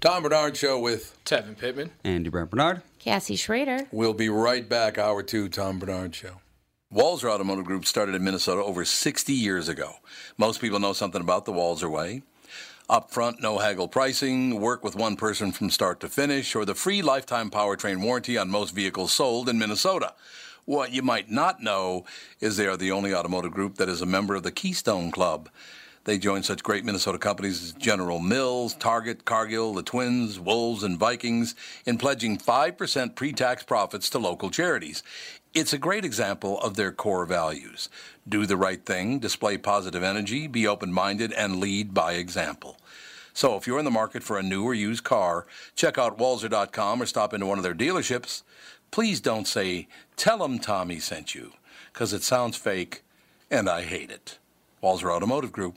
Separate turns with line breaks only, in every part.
Tom Bernard Show with.
Tevin Pittman.
Andy Brent Bernard.
Cassie Schrader.
We'll be right back. Hour two, Tom Bernard Show.
Walzer Automotive Group started in Minnesota over 60 years ago. Most people know something about the Walzer way. Upfront, no haggle pricing, work with one person from start to finish, or the free lifetime powertrain warranty on most vehicles sold in Minnesota. What you might not know is they are the only automotive group that is a member of the Keystone Club. They join such great Minnesota companies as General Mills, Target, Cargill, the Twins, Wolves, and Vikings in pledging 5% pre tax profits to local charities. It's a great example of their core values do the right thing, display positive energy, be open minded, and lead by example. So if you're in the market for a new or used car, check out Walzer.com or stop into one of their dealerships. Please don't say, Tell 'em Tommy sent you, because it sounds fake, and I hate it. Walzer Automotive Group.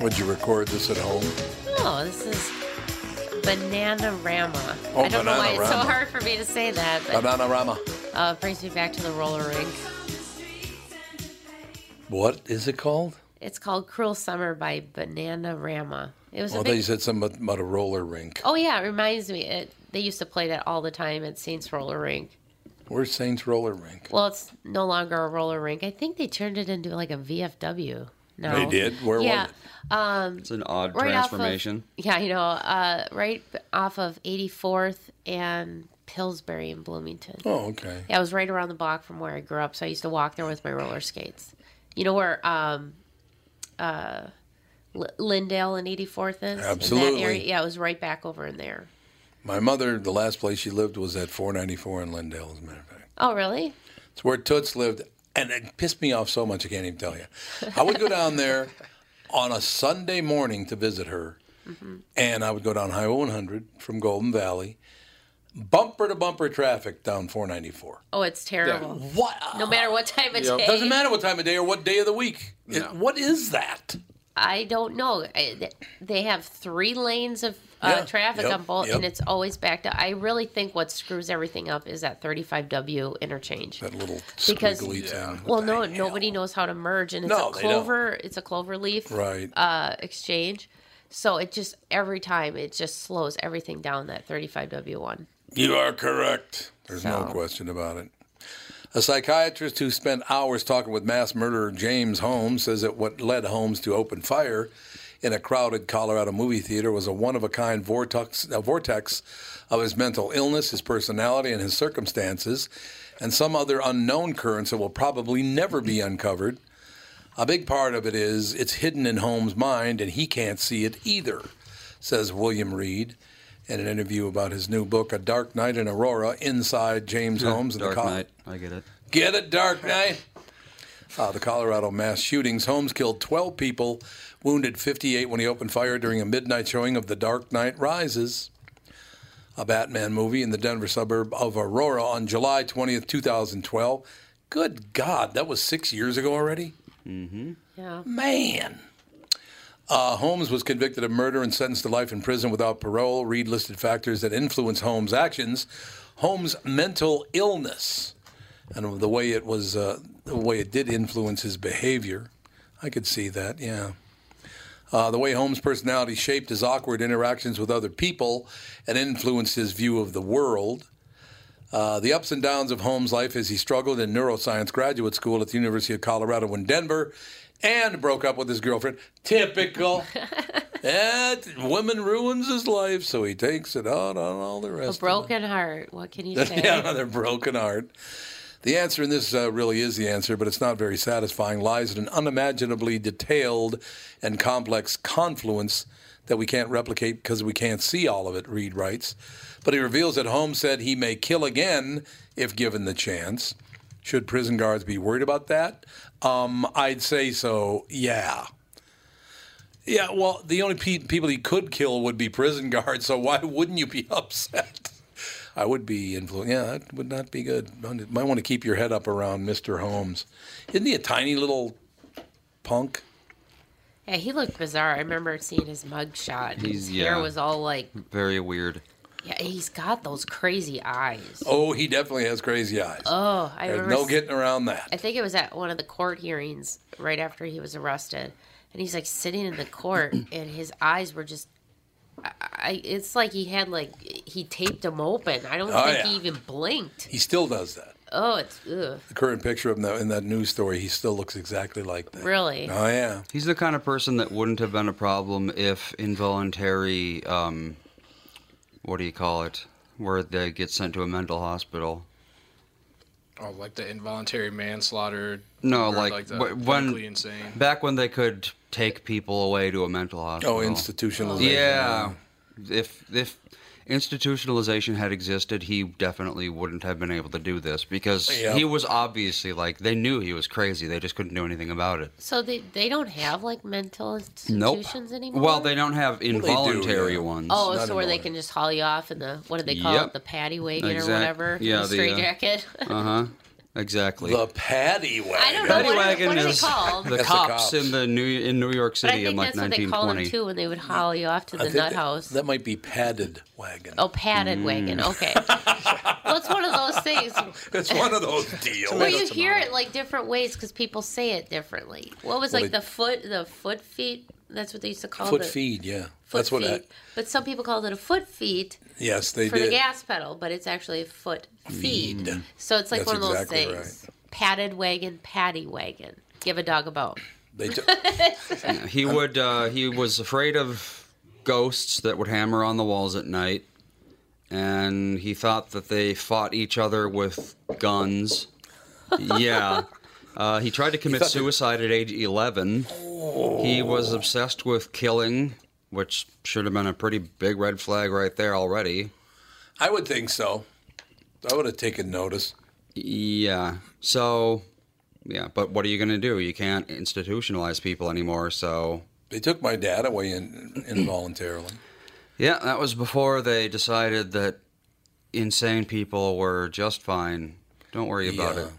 Would you record this at home?
No, Oh, this is Bananarama.
Oh,
I don't know why it's so
Bananarama.
hard for me to say that, but
Bananarama.
uh, it brings me back to the roller rink.
What is it called?
It's called Cruel Summer by Bananarama. It was
Oh,
a
they
big...
said something about a roller rink.
Oh, yeah, it reminds me. It, they used to play that all the time at Saints Roller Rink.
Where's Saints Roller Rink?
Well, it's no longer a roller rink. I think they turned it into like a VFW. No.
They did? Where was
Oh. yeah.
it?
It's an odd
Right off of-
transformation.
yeah, you know, uh, right off of 84th and Pillsbury in Bloomington.
Oh, okay.
Yeah, I was right around the block from where I grew up, so I used to walk there with my roller skates. You know where um, uh, L- Lindale and 84th is? In
Absolutely.
that area? Yeah, it was right back over in there.
My mother, the last place she lived was at 494 in Lindale, as a matter of fact.
Oh, really?
It's where Toots lived, and it pissed me off so much I can't even tell you. I would go down there on a Sunday morning to visit her, and I would go down Highway 100 from Golden Valley, bumper to bumper traffic down 494.
Oh, it's terrible.
What?
No matter what time of day.
Doesn't matter what time of day or what day of the week. It- what is that?
I don't know. I, th- they have three lanes of uh,
Yeah,
traffic
yep,
on both, and
yep.
it's always backed up. I really think what screws everything up is that 35W interchange.
That little
Because-
squiggly town.
well,
What the
no,
hell?
nobody knows how to merge, and it's
No,
a
they don't.
clover. It's a clover leaf
Right.
uh, exchange. So it just every time it just slows everything down. That 35W one.
You are correct. There's no
So-
question about it. A psychiatrist who spent hours talking with mass murderer James Holmes says that what led Holmes to open fire in a crowded Colorado movie theater was a one of a kind vortex, a vortex of his mental illness, his personality, and his circumstances, and some other unknown currents that will probably never be uncovered. A big part of it is it's hidden in Holmes' mind and he can't see it either, says William Reed in an interview about his new book, A Dark Night in Aurora, Inside James Holmes and
Dark
the Col-
Knight. I get it.
Get it, Dark Knight? Uh, the Colorado mass shootings. Holmes killed 12 people, wounded 58 when he opened fire during a midnight showing of The Dark Knight Rises, a Batman movie in the Denver suburb of Aurora on July 20th, 2012. Good God, that was six years ago already?
Yeah.
Man. Uh, Holmes was convicted of murder and sentenced to life in prison without parole. Reed listed factors that influence Holmes' actions. Holmes' mental illness and the way it was, uh, the way it did influence his behavior. I could see that, yeah. Uh, the way Holmes' personality shaped his awkward interactions with other people and influenced his view of the world. Uh, the ups and downs of Holmes' life as he struggled in neuroscience graduate school at the University of Colorado in Denver and broke up with his girlfriend. Typical. that woman ruins his life, so he takes it out on all the
A
rest.
broken heart. What can you say?
Yeah, another broken heart. The answer in this uh, really is the answer, but it's not very satisfying. Lies in an unimaginably detailed and complex confluence that we can't replicate because we can't see all of it, Reed writes. But he reveals that Holmes said he may kill again if given the chance. Should prison guards be worried about that? Um, I'd say so, yeah. Yeah, well, the only pe- people he could kill would be prison guards, so why wouldn't you be upset? I would be influenced. Yeah, that would not be good. Might might want to keep your head up around Mr. Holmes. Isn't he a tiny little punk?
Yeah, he looked bizarre. I remember seeing his mugshot.
He's-
His hair
yeah.
was all like,
Very weird.
yeah, he's got those crazy eyes.
Oh, he definitely has crazy eyes.
Oh, I
There's
remember.
no
s-
getting around
I
that.
think it was at one of the court hearings right after he was arrested, and he's like sitting in the court, and his eyes were just. I- I, it's like he had like he taped them open. I don't
Oh,
think
yeah.
he even blinked.
He still does that.
Oh, it's ugh,
The current picture of him in that news story, he still looks exactly like that.
really.
Oh yeah.
He's the kind of person that wouldn't have been a problem if involuntary, um, what do you call it, where they get sent to a mental hospital.
Oh, like the involuntary manslaughter.
No,
or
like,
the
wh- when-
clinically insane.
Back when they could take people away to a mental hospital.
Oh, institutionalization.
Yeah. If if institutionalization had existed, he definitely wouldn't have been able to do this because
Yep.
he was obviously like they knew he was crazy. They just couldn't do anything about it.
So they they don't have like mental
Nope.
institutions anymore.
Well, they don't have
do, yeah.
involuntary ones.
Oh,
not
so where they
annoying.
can just haul you off in the what do they call
Yep.
it? The paddy wagon
Exact-
or whatever.
yeah,
the
the,
straight
uh,
jacket.
Uh huh. Exactly.
The paddy wagon.
I don't know
Paddy
what, are-
wagon
what are they
is
called.
the
That's the
cops,
cops.
in the New in New York
but I
City in
think
like
that's what they called them
1920.
too when they would haul you off
I
to the
think
nut
that-
house.
That might be padded wagon.
Oh, padded
Mm.
wagon. Okay. well, it's one of those things.
It's one of those deals.
Well, you hear it like different ways because people say it differently. What was
Well,
like
they-
the foot, the foot feet? That's what they used to call
Foot
it.
feed, yeah.
Foot
That's what.
feet.
I,
but some people called it a foot feet
yes, they
for the
did.
gas pedal, but it's actually a foot feed. So it's like
That's
one of those
exactly
things. Padded wagon, paddy wagon. Give a dog a bone.
They took-
He would. Uh, he was afraid of ghosts that would hammer on the walls at night, and he thought that they fought each other with guns. Yeah. Uh, he tried to commit suicide at age 11.
Oh.
He was obsessed with killing, which should have been a pretty big red flag right there already.
I would think so. I would have taken notice.
Yeah. So, yeah. But what are you going to do? You can't institutionalize people anymore. So,
They took my dad away in, involuntarily.
Yeah, that was before they decided that insane people were just fine. Don't worry about
Yeah.
it.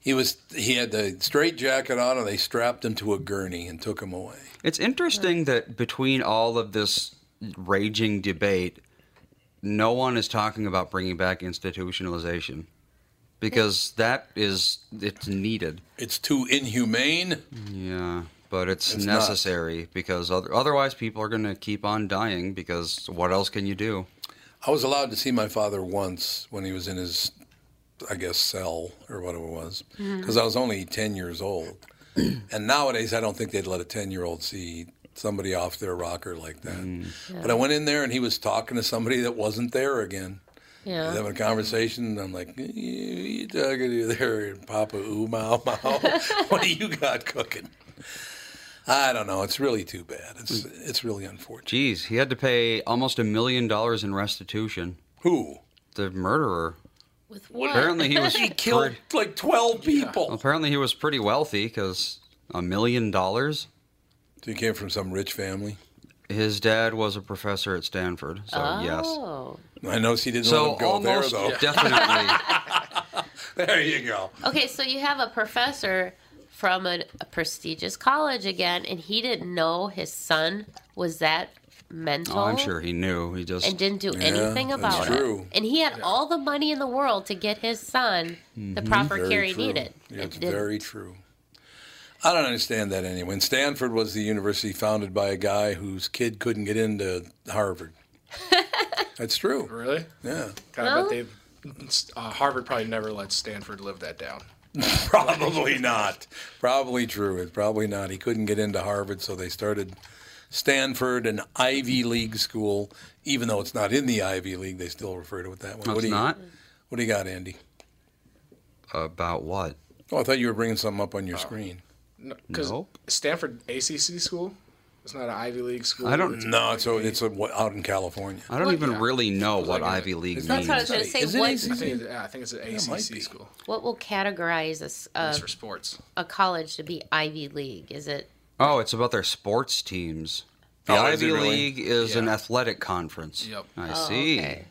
He was he had the straight jacket on, and they strapped him to a gurney and took him away.
It's interesting that between all of this raging debate, no one is talking about bringing back institutionalization because that is it's needed.
It's too inhumane.
Yeah, but it's,
It's not.
necessary because other, otherwise people are going to keep on dying because what else can you do?
I was allowed to see my father once when he was in his, I guess, cell or whatever it was, because I was only ten years old. and nowadays, I don't think they'd let a ten-year-old see somebody off their rocker like that. But I went in there, and he was talking to somebody that wasn't there again. He's
Yeah.
having a conversation, and I'm like, "Eh, you talking to there, Papa Ooh Mau Mau? what do you got cooking? I don't know. It's really too bad. It's it's really unfortunate.
Geez, he had to pay almost a million dollars in restitution.
Who?
The murderer.
With what?
Apparently he was
He killed
pretty-
like 12 people.
Apparently, he was pretty wealthy because a million dollars.
So he came from some rich family.
His dad was a professor at Stanford, so yes.
Oh.
I noticed he didn't let
So
him go there,
almost
though.
definitely.
There you go.
Okay, so you have a professor from an, a prestigious college again, and he didn't know his son was that mental.
Oh, I'm sure he knew. He just
and didn't do
Yeah,
anything
that's
about
true.
it. And he had all the money in the world to get his son the proper care he
Mm-hmm. true.
needed.
Yeah,
and
It's
didn't.
very true. I don't understand that anyway. And Stanford was the university founded by a guy whose kid couldn't get into Harvard. That's true.
Really?
Yeah,
God,
Well-
I bet they. Uh, Harvard probably never let Stanford live that down.
probably not. Probably true. It's probably not. He couldn't get into Harvard, so they started Stanford, an Ivy League school. Even though it's not in the Ivy League, they still refer to it that way.
No,
what
it's
do you,
not
What do you got, Andy?
about what.
Oh, I thought you were bringing something up on your screen.
Because
Nope.
Stanford ACC school, it's not an Ivy League school.
I don't-
It's
No, it's, a, it's a, out in California.
I don't
Well,
even
yeah.
really know what
like a-
Ivy League means.
That's what I was going to say.
Is it
what,
easy?
I think, it's- yeah, I think it's an
might
ACC
be.
school.
what will categorize a, s-
It's
a,
for sports.
a college to be Ivy League? Is it
Oh, it's about their sports teams. The
Oh, is
Ivy
it really?
League is an
Yeah.
athletic conference.
Yep.
I
Oh,
see.
okay.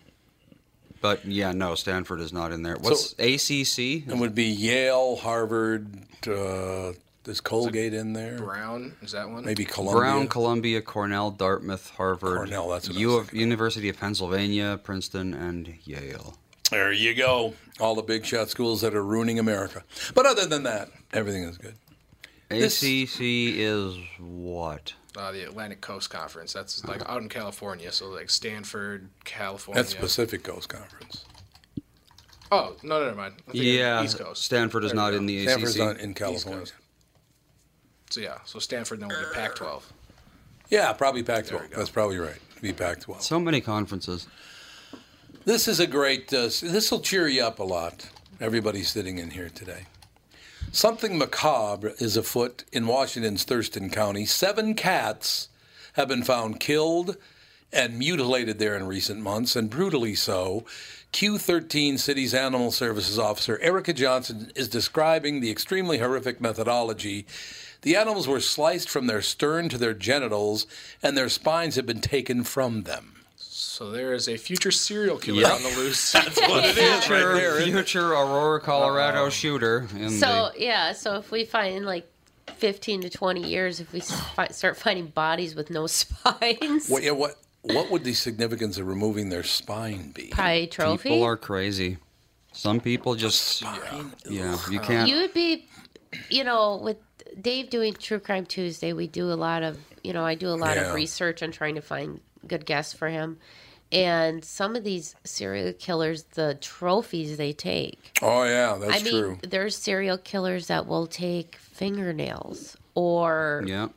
But yeah, no, Stanford is not in there. What's ACC?
It would be Yale, Harvard. Uh, is Colgate in there?
Brown is that one?
Maybe Columbia.
Brown, Columbia, Cornell, Dartmouth, Harvard,
Cornell, that's what I
U
was
of University of Pennsylvania, Princeton, and Yale.
there you go. All the big shot schools that are ruining America. But other than that, everything is good. This-
ACC is what?
Uh, the Atlantic Coast Conference. That's like out in California. So like Stanford, California.
That's Pacific Coast Conference.
Oh no, never mind. I'm thinking
Yeah,
East Coast.
Stanford is
There
not
we
in
go.
the
Stanford's not
ACC.
in California.
Coast. So yeah, so Stanford then went to Pac-12.
Yeah, probably Pac-12. That's probably right. It'd be Pac-12.
So many conferences.
This is a great. Uh, this will cheer you up a lot. Everybody sitting in here today. Something macabre is afoot in Washington's Thurston County. Seven cats have been found killed and mutilated there in recent months, and brutally so. Q13 City's Animal Services Officer Erica Johnson is describing the extremely horrific methodology. The animals were sliced from their stern to their genitals, and their spines have been taken from them.
So there is a future serial killer
Yep.
on the loose.
Future, future Aurora, Colorado shooter. In
so? Yeah. So if we find like. 15 to 20 years if we s- fi- start finding bodies with no spines.
What, yeah, what, what would the significance of removing their spine be?
Probably
the,
trophy.
people are crazy. Some people just yeah, you can't.
you would be you know with dave doing true crime tuesday we do a lot of you know i do a lot
Yeah.
of research on trying to find good guests for him and some of these serial killers the trophies they take
Oh, yeah, that's
i mean
true.
there's serial killers that will take fingernails or
yeah,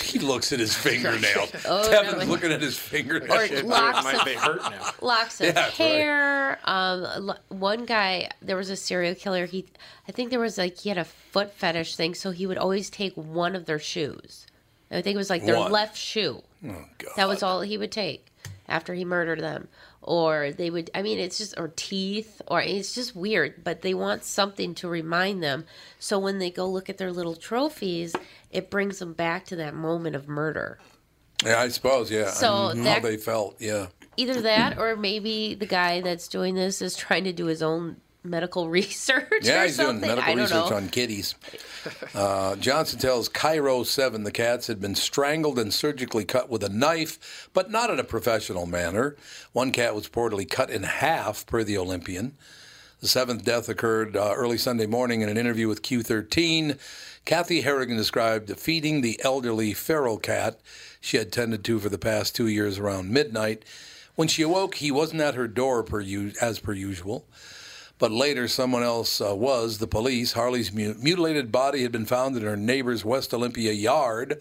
He looks at his fingernail.
Oh,
Kevin's
no.
looking at his fingernail.
Or locks
Might
of
they hurt now?
locks of
Yeah, right.
hair. Um, lo- one guy, there was a serial killer. He, I think there was like he had a foot fetish thing, so he would always take one of their shoes. I think it was like their
One.
left shoe.
Oh, God.
That was all he would take after he murdered them. Or they would, I mean, it's just, or teeth, or it's just weird, but they want something to remind them. So when they go look at their little trophies, it brings them back to that moment of murder.
Yeah, I suppose, yeah.
So
I mean, how
that-
they felt, yeah.
either that or maybe the guy that's doing this is trying to do his own medical research
Yeah,
or
he's doing
something.
medical
I don't
research
know.
on kitties. Uh, Johnson tells Cairo 7 the cats had been strangled and surgically cut with a knife, but not in a professional manner. One cat was reportedly cut in half, per the Olympian. The seventh death occurred uh, early Sunday morning in an interview with Q13. Kathy Harrigan described feeding the elderly feral cat she had tended to for the past two years around midnight. When she awoke, he wasn't at her door per u- as per usual. But later, someone else uh, was the police. Harley's mu- mutilated body had been found in her neighbor's West Olympia yard.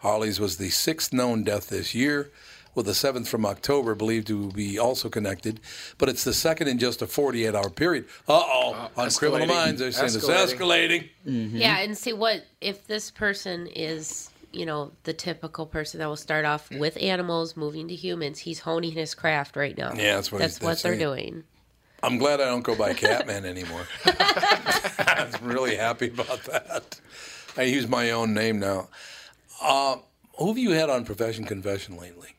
Harley's was the sixth known death this year, with the seventh from October believed to be also connected. But it's the second in just a 48 hour period. Uh oh. On criminal
escalating.
minds, they're saying it's
Escalating.
escalating.
Yeah, and see what if this person is, you know, the typical person that will start off with animals, moving to humans. He's honing his craft right now.
Yeah, that's what
that's
they're
what they're
saying.
doing.
I'm glad I don't go by Catman anymore. I'm really happy about that. I use my own name now. Uh, who have you had on Profession Confession lately?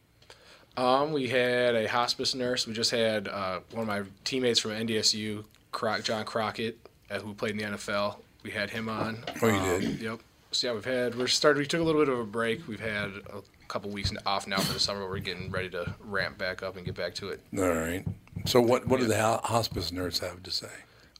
Um, we had a hospice nurse. We just had uh, one of my teammates from NDSU, Croc, John Crockett, uh, who played in the NFL. We had him on.
Oh, you did?
Yep. So yeah, we've had we're started. We took a little bit of a break. We've had a couple weeks off now for the summer. We're getting ready to ramp back up and get back to it.
All right. So what what did the ho- hospice nurse have to say?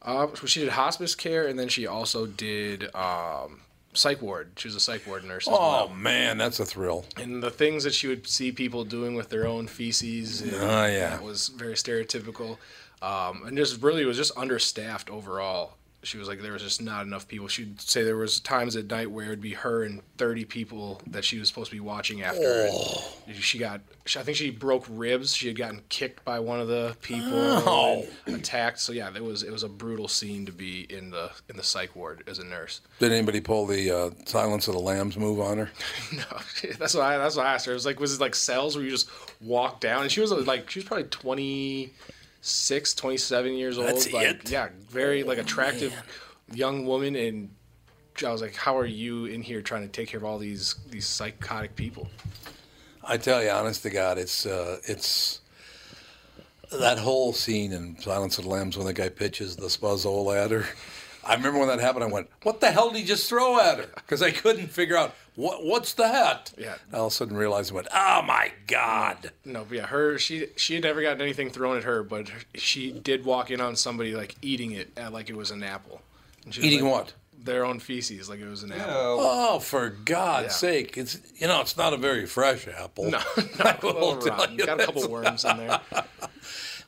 Uh, so she did hospice care, and then she also did um, psych ward. She was a psych ward nurse as
Oh
well.
man, that's a thrill.
And the things that she would see people doing with their own feces. and
Oh, yeah.
That was very stereotypical, um, and just really was just understaffed overall. She was like, there was just not enough people. She'd say there was times at night where it would be her and 30 people that she was supposed to be watching after. and
Oh.
She got, she- I think she broke ribs. She had gotten kicked by one of the people,
Oh.
and attacked. So yeah, it was it was a brutal scene to be in the in the psych ward as a nurse.
Did anybody pull the uh, Silence of the Lambs move on her?
No, that's what I that's what I asked her. It was like was it like cells where you just walk down? And she was like she was probably 26, 27 years old.
That's
like
it? Oh,
yeah, very like attractive young woman and I was like, how are you in here trying to take care of all these these psychotic people?
I tell you, honest to God, it's uh, it's that whole scene in Silence of the Lambs when the guy pitches the spuzzole at her. I remember when that happened. I went, "What the hell did he just throw at her?" Because I couldn't figure out what what's that.
Yeah.
I all of a sudden realized, I went, "Oh my God!"
No, but yeah, her she she had never gotten anything thrown at her, but she did walk in on somebody like eating it uh, like it was an apple. And she was
Eating
like,
what?
Their own feces, like it was an apple.
Oh, for God's
Yeah.
sake! It's you know, it's not a very fresh apple.
No,
I will
no, well,
tell
rotten.
you
Got a couple
that's-
worms in there.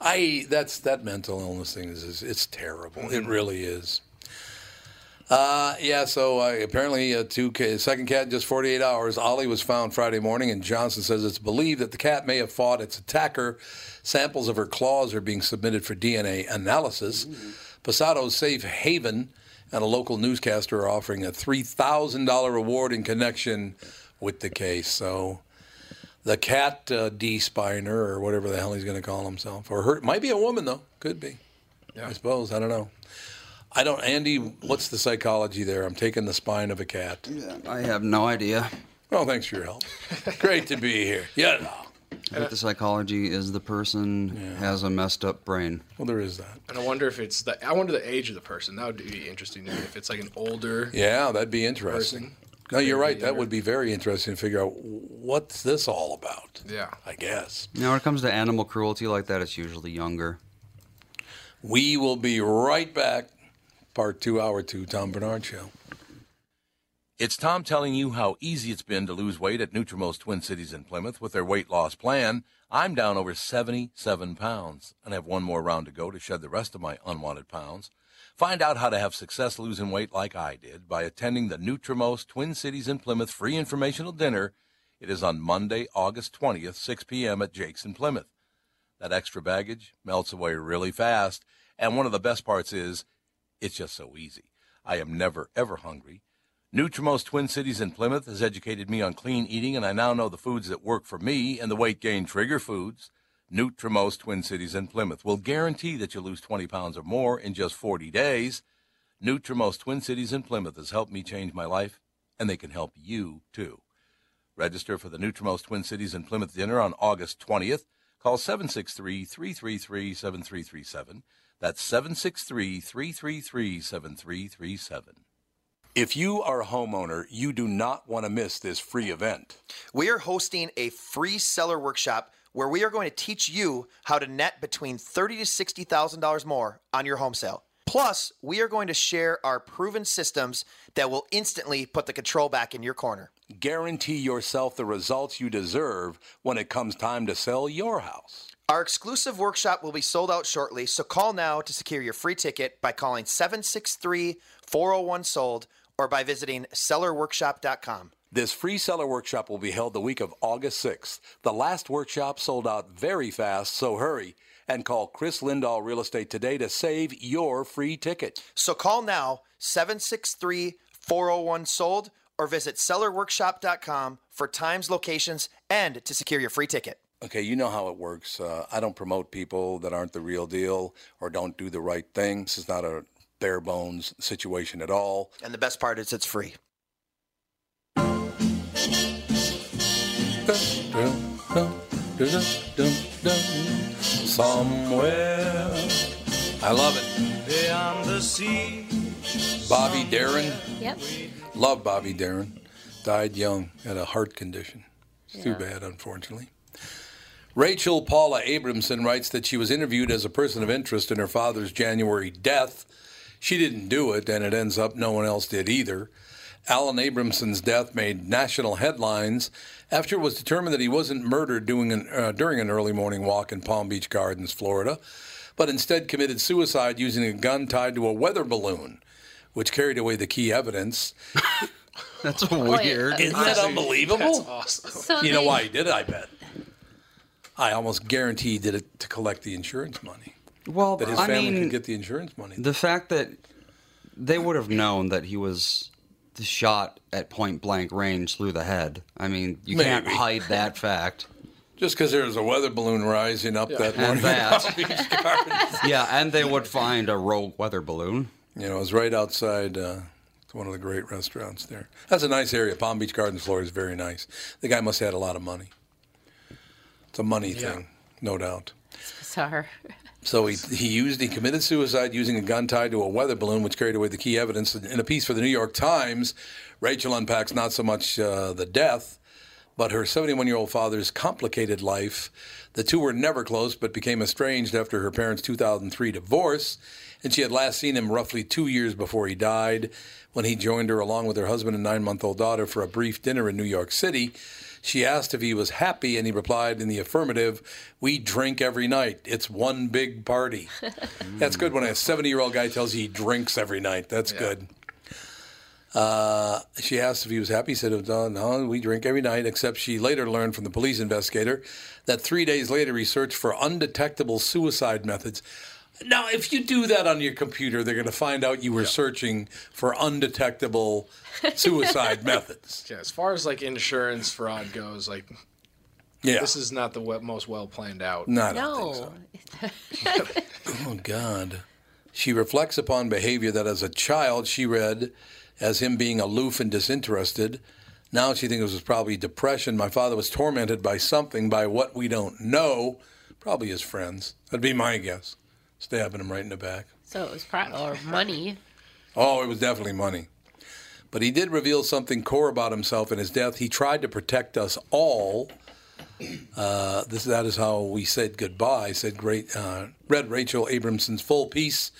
I that's that mental illness thing is, is it's terrible. It really is. Uh, yeah. So uh, apparently, uh, two ca- second cat in just 48 hours. Ollie was found Friday morning, and Johnson says it's believed that the cat may have fought its attacker. Samples of her claws are being submitted for DNA analysis. Posado's safe haven and a local newscaster are offering a $3,000 reward in connection with the case. So the cat uh, D Spiner or whatever the hell he's going to call himself, or her might be a woman though, could be. I suppose I don't know. I don't, Andy. What's the psychology there? I'm taking the spine of a cat.
I have no idea.
Well, thanks for your help. Great to be here. Yeah.
I
Uh,
think the psychology is the person has a messed up brain.
Well, there is that.
And I wonder if it's the I wonder the age of the person. That would be interesting to me. If it's like an older
Yeah, that'd be interesting.
Person.
No, you're right.
be
That
younger.
would be very interesting to figure out what's this all about.
Yeah.
I guess.
Now, when it comes to animal cruelty like that, it's usually younger.
We will be right back. Part two, hour two, Tom Bernard Show.
It's Tom telling you how easy it's been to lose weight at Nutrimost Twin Cities in Plymouth with their weight loss plan. I'm down over 77 pounds and have one more round to go to shed the rest of my unwanted pounds. Find out how to have success losing weight like I did by attending the Nutrimost Twin Cities in Plymouth free informational dinner. It is on Monday, August 20th, 6 p.m. at Jake's in Plymouth. That extra baggage melts away really fast, and one of the best parts is it's just so easy. I am never, ever hungry. Nutrimost Twin Cities in Plymouth has educated me on clean eating, and I now know the foods that work for me and the weight gain trigger foods. Nutrimost Twin Cities in Plymouth will guarantee that you'll lose 20 pounds or more in just 40 days. Nutrimost Twin Cities in Plymouth has helped me change my life, and they can help you too. Register for the Nutrimost Twin Cities in Plymouth dinner on August 20th. Call 763 333 7337. That's 763 333 7337. If you are a homeowner, you do not want to miss this free event.
We are hosting a free seller workshop where we are going to teach you how to net between thirty to sixty thousand dollars more on your home sale. Plus, we are going to share our proven systems that will instantly put the control back in your corner.
Guarantee yourself the results you deserve when it comes time to sell your house.
Our exclusive workshop will be sold out shortly, so call now to secure your free ticket by calling 763 401 sold or by visiting sellerworkshop.com.
This free seller workshop will be held the week of August 6th. The last workshop sold out very fast, so hurry and call Chris Lindahl Real Estate today to save your free ticket.
So call now 763 401 sold or visit sellerworkshop.com for times, locations, and to secure your free ticket.
Okay, you know how it works. Uh, I don't promote people that aren't the real deal or don't do the right thing. This is not a bare bones situation at all.
And the best part is it's free.
Somewhere. I love it.
Beyond the sea,
Bobby Darin.
Yep.
Love Bobby Darin. Died young, had a heart condition. It's too
Yeah.
bad, unfortunately. Rachel Paula Abramson writes that she was interviewed as a person of interest in her father's January death. She didn't do it, and it ends up no one else did either. Alan Abramson's death made national headlines after it was determined that he wasn't murdered doing an, uh, during an early morning walk in Palm Beach Gardens, Florida, but instead committed suicide using a gun tied to a weather balloon, which carried away the key evidence.
That's
yeah.
weird.
Isn't that unbelievable?
That's awesome.
So
You know
they-
why he did it, I bet. I almost guarantee he did it to collect the insurance money.
well,
That his
I
family
mean,
could get the insurance money.
the fact that they would have known that he was shot at point blank range through the head. I mean, you can't
Maybe.
hide that fact.
Just because there was a weather balloon rising up that
And
morning.
that,
Gardens.
yeah, and they would find a rogue weather balloon.
you know, it was right outside uh, one of the great restaurants there. That's a nice area. Palm Beach Gardens, Florida is very nice. The guy must have had a lot of money. It's a money thing, no doubt.
Sorry.
So he, he used he committed suicide using a gun tied to a weather balloon, which carried away the key evidence. In a piece for the New York Times, Rachel unpacks not so much uh, the death, but her 71 year old father's complicated life. The two were never close, but became estranged after her parents' 2003 divorce, and she had last seen him roughly two years before he died, when he joined her along with her husband and nine month old daughter for a brief dinner in New York City. She asked if he was happy, and he replied in the affirmative. We drink every night. It's one big party. That's good when a 70 year old guy tells you he drinks every night. That's good. Uh, she asked if he was happy. He said, "Uh, No, we drink every night, except she later learned from the police investigator that three days later he searched for undetectable suicide methods. Now, if you do that on your computer, they're going to find out you were searching for undetectable suicide methods.
Yeah, as far as like insurance fraud goes, like
Yeah.
this is not the we- most well planned out.
No, I don't think so.
No.
Oh, God. She reflects upon behavior that as a child she read as him being aloof and disinterested. Now she thinks it was probably depression. My father was tormented by something, by what we don't know. Probably his friends. That'd be my guess. Stabbing him right in the back.
So it was probably or money.
Oh, it was definitely money. But he did reveal something core about himself in his death. He tried to protect us all. Uh, this that is how we said goodbye. Said great. Uh, read Rachel Abramson's full piece.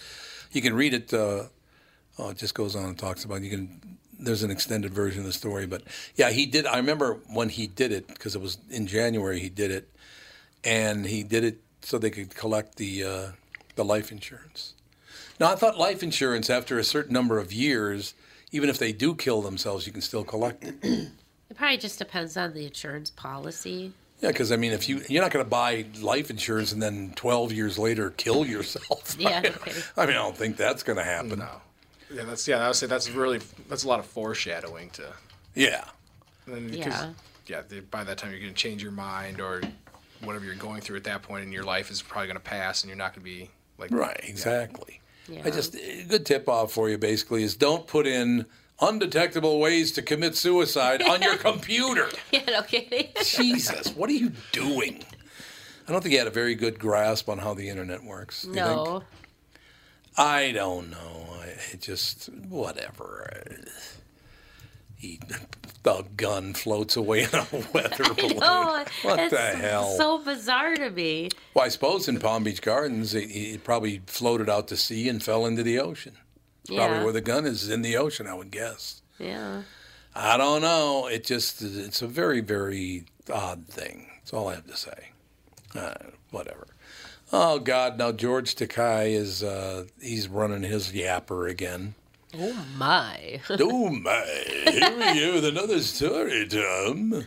You can read it. Uh, oh, it just goes on and talks about. You can. There's an extended version of the story, but yeah, he did. I remember when he did it because it was in January. He did it, and he did it so they could collect the uh, the life insurance. Now, I thought life insurance, after a certain number of years, even if they do kill themselves, you can still collect it.
It probably just depends on the insurance policy.
Yeah, because I mean, if you you're not going to buy life insurance and then 12 years later kill yourself.
Yeah, no kidding.
I mean, I don't think that's going to happen.
No. Yeah, that's yeah. I would say that's really that's a lot of foreshadowing to.
Yeah,
And then because,
Yeah.
yeah. the- by that time you're going to change your mind or whatever you're going through at that point in your life is probably going to pass, and you're not going to be like
right, exactly. I
Yeah.
just a good tip off for you basically is don't put in undetectable ways to commit suicide on your computer.
Yeah, no kidding.
Jesus, what are you doing? I don't think he had a very good grasp on how the internet works. You think?
No.
I don't know. I- It just whatever. He, the gun floats away in a weather balloon.
Oh,
what
it's
the hell?
so bizarre to me.
well, I suppose in Palm Beach Gardens, it, it probably floated out to sea and fell into the ocean. Probably
Yeah.
where the gun is in the ocean, I would guess.
Yeah.
I don't know. It just it's a very very odd thing. That's all I have to say. Uh, whatever. Oh God! Now George Takai is uh, he's running his yapper again.
Oh my.
oh my! Here we go with another story, Tom.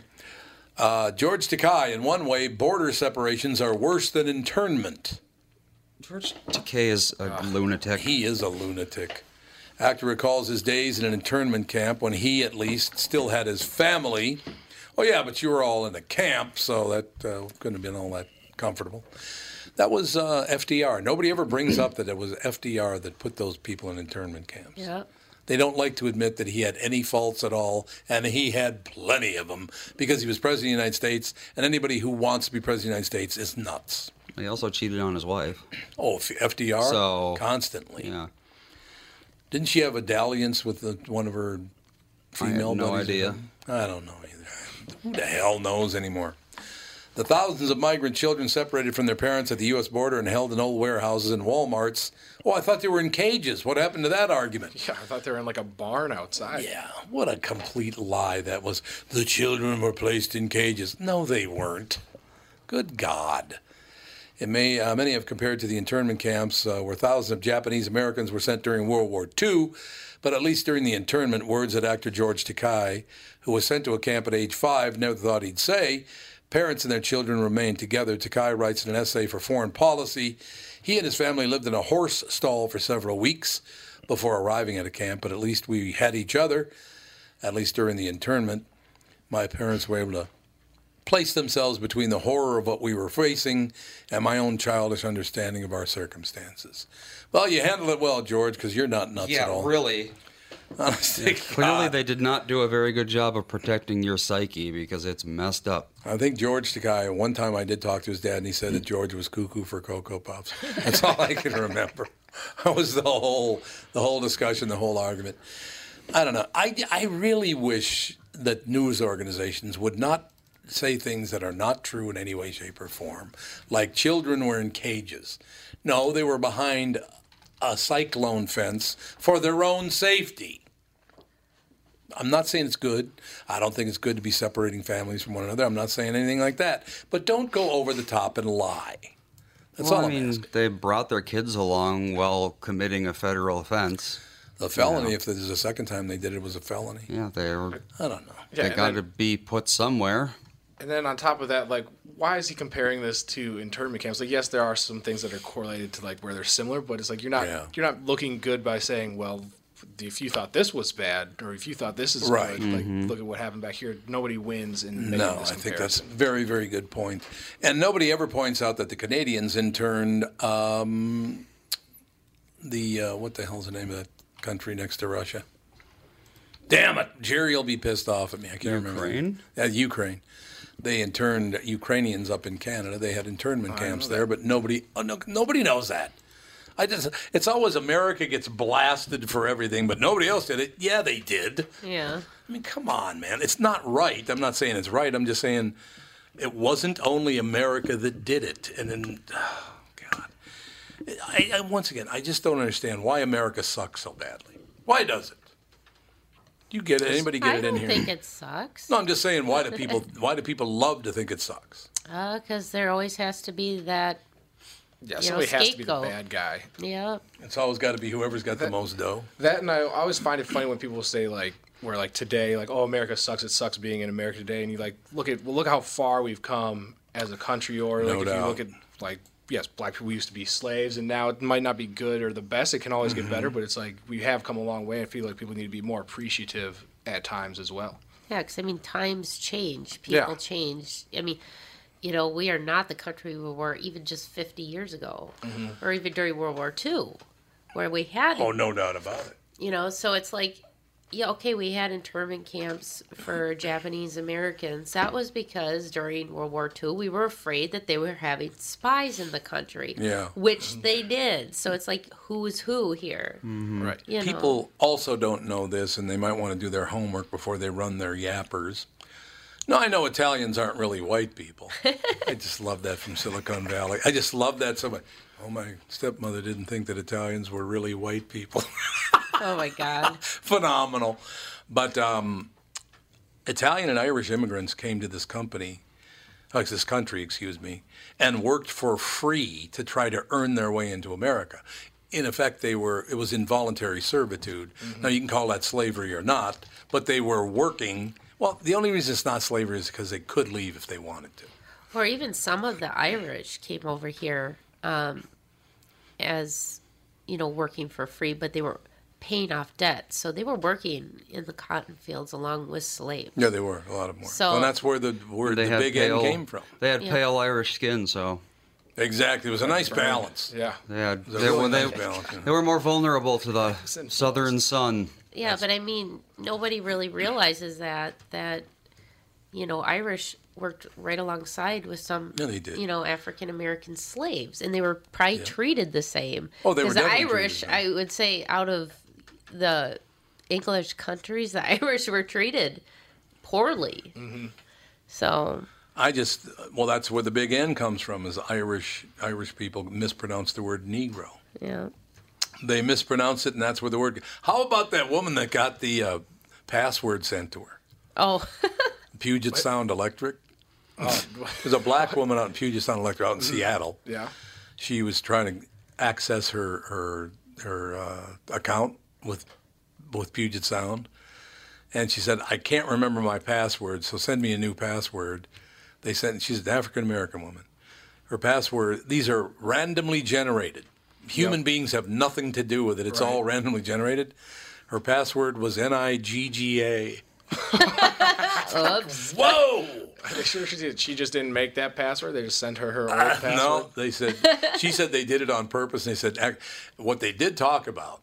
Uh, George Takai, in one way, border separations are worse than internment.
George Takei is a lunatic.
He is a lunatic. Actor recalls his days in an internment camp when he, at least, still had his family. Oh, yeah, but you were all in the camp, so that uh, couldn't have been all that comfortable. That was uh, FDR. Nobody ever brings up that it was FDR that put those people in internment camps.
yeah.
They don't like to admit that he had any faults at all, and he had plenty of them because he was president of the United States, and anybody who wants to be president of the United States is nuts.
He also cheated on his wife.
Oh, FDR?
So-
Constantly.
Yeah.
Didn't she have a dalliance with the, one of her
I
female
have no
buddies or
idea.
something? I don't know either. Who the hell knows anymore? The thousands of migrant children separated from their parents at the U.S. border and held in old warehouses and Walmarts. Oh, I thought they were in cages. What happened to that argument?
Yeah, I thought they were in like a barn outside.
Yeah, what a complete lie that was. The children were placed in cages. No, they weren't. Good God. It may, uh, many have compared to the internment camps uh, where thousands of Japanese Americans were sent during World War II, but at least during the internment, words that actor George Takei, who was sent to a camp at age five, never thought he'd say. Parents and their children remained together. Takei writes in an essay for Foreign Policy he and his family lived in a horse stall for several weeks before arriving at a camp, but at least we had each other, at least during the internment. My parents were able to place themselves between the horror of what we were facing and my own childish understanding of our circumstances. Well, you handle it well, George, because you're not nuts at all.
really.
Honestly,
Clearly,
God.
they did not do a very good job of protecting your psyche because it's messed up.
I think George Takei, one time I did talk to his dad, and he said that George was cuckoo for Cocoa Puffs. That's all I can remember. That was the whole, the whole discussion, the whole argument. I don't know. I, I really wish that news organizations would not say things that are not true in any way, shape, or form, like children were in cages. No, they were behind a cyclone fence for their own safety. I'm not saying it's good. I don't think it's good to be separating families from one another. I'm not saying anything like that. But don't go over the top and lie. That's
well,
all
I
I'm
mean,
asking.
they brought their kids along while committing a federal offense.
The felony, if this is the second time they did it, was a felony.
Yeah, they were.
I don't know.
Yeah,
they
and
got
then-
to be put somewhere.
And then on top of that, like, why is he comparing this to internment camps? Like, yes, there are some things that are correlated to like where they're similar, but it's like you're not
Yeah.
you're not looking good by saying, well, if you thought this was bad or if you thought this is
Right.
good, like look at what happened back here. Nobody wins in making
No, I
this
think that's a
comparison.
very, very good point. And nobody ever points out that the Canadians interned um, the, uh, what the hell's the name of that country next to Russia? Damn it. Jerry will be pissed off at me. I can't remember.
Ukraine?
Yeah, Ukraine. They interned Ukrainians up in Canada. They had internment camps there, but nobody, oh, no, nobody knows that. I just, it's always America gets blasted for everything, but nobody else did it. Yeah, they did.
Yeah.
I mean, come on, man. It's not right. I'm not saying it's right. I'm just saying it wasn't only America that did it. And then, oh, God. I, I, once again, I just don't understand why America sucks so badly. Why does it? You get it? Anybody get
I
it
don't
in here?
think it sucks.
no, I'm just saying why do people why do people love to think it sucks?
Because Uh, there always has to be that.
yeah,
you know,
somebody has to be the
scapegoat.
bad guy.
Yeah.
It's always got to be whoever's got the most dough.
That and I always find it funny when people say like where like today like oh America sucks it sucks being in America today and you like look at well look how far we've come as a country or like
No
if
doubt.
you look at like yes black people used to be slaves and now it might not be good or the best it can always get
Mm-hmm.
better but it's like we have come a long way and I feel like people need to be more appreciative at times as well.
Yeah, because I mean, times change,
Yeah.
people change. I mean, you know, we are not the country we were even just 50 years ago, or even during World War II, where we had,
Mm-hmm. Oh, no doubt about it.
you know, so it's like, yeah, okay, we had internment camps for Japanese Americans. That was because during World War II, we were afraid that they were having spies in the country,
Yeah. Mm-hmm.
which they did. So it's like, who's who here?
Mm-hmm.
Right.
You know?
People also don't know this, and they might want to do their homework before they run their yappers. No, I know Italians aren't really white people. I just love that from Silicon Valley. I just love that so much. Oh, my stepmother didn't think that Italians were really white people.
Oh my God.
Phenomenal. But um, Italian and Irish immigrants came to this company, like this country, excuse me, and worked for free to try to earn their way into America. In effect, they were it was involuntary servitude. Now you can call that slavery or not, but they were working. Well, the only reason it's not slavery is because they could leave if they wanted to.
or even some of the Irish came over here um, as you know working for free, but they were paying off debt, so they were working in the cotton fields along with slaves.
Yeah, they were a lot of more.
So-
and that's where the where
They
the
had
big
pale,
end came from.
They had
Yeah.
pale Irish skin, so
Exactly, it was a nice balance.
Yeah.
they had
It was a
they,
really
were,
nice
they,
balance, yeah.
they were more vulnerable to the
and
southern sun.
Yeah, but I mean, nobody really realizes that that you know Irish worked right alongside with some
Yeah, they did.
you know African American slaves, and they were probably treated the same.
Oh, they were
'Cause
definitely treated
Irish.
the
I would say out of the English countries, the Irish were treated poorly.
Mm-hmm.
So
I just well, that's where the big N comes from. Is Irish Irish people mispronounce the word Negro?
yeah,
They mispronounce it, and that's where the word. How about that woman that got the uh, password sent to her?
oh,
Puget Sound Electric. There's a black woman out in Puget Sound Electric, out in Seattle.
Yeah.
She was trying to access her her her uh, account with with Puget Sound, and she said, "I can't remember my password, so send me a new password." They sent. She's an African American woman. Her password. These are randomly generated. Human beings have nothing to do with it. It's all randomly generated. Her password was N I G G A.
oops.
Whoa!
They sure she did. She just didn't make that password. They just sent her her old password.
No, they said she said they did it on purpose. And they said ac- what they did talk about,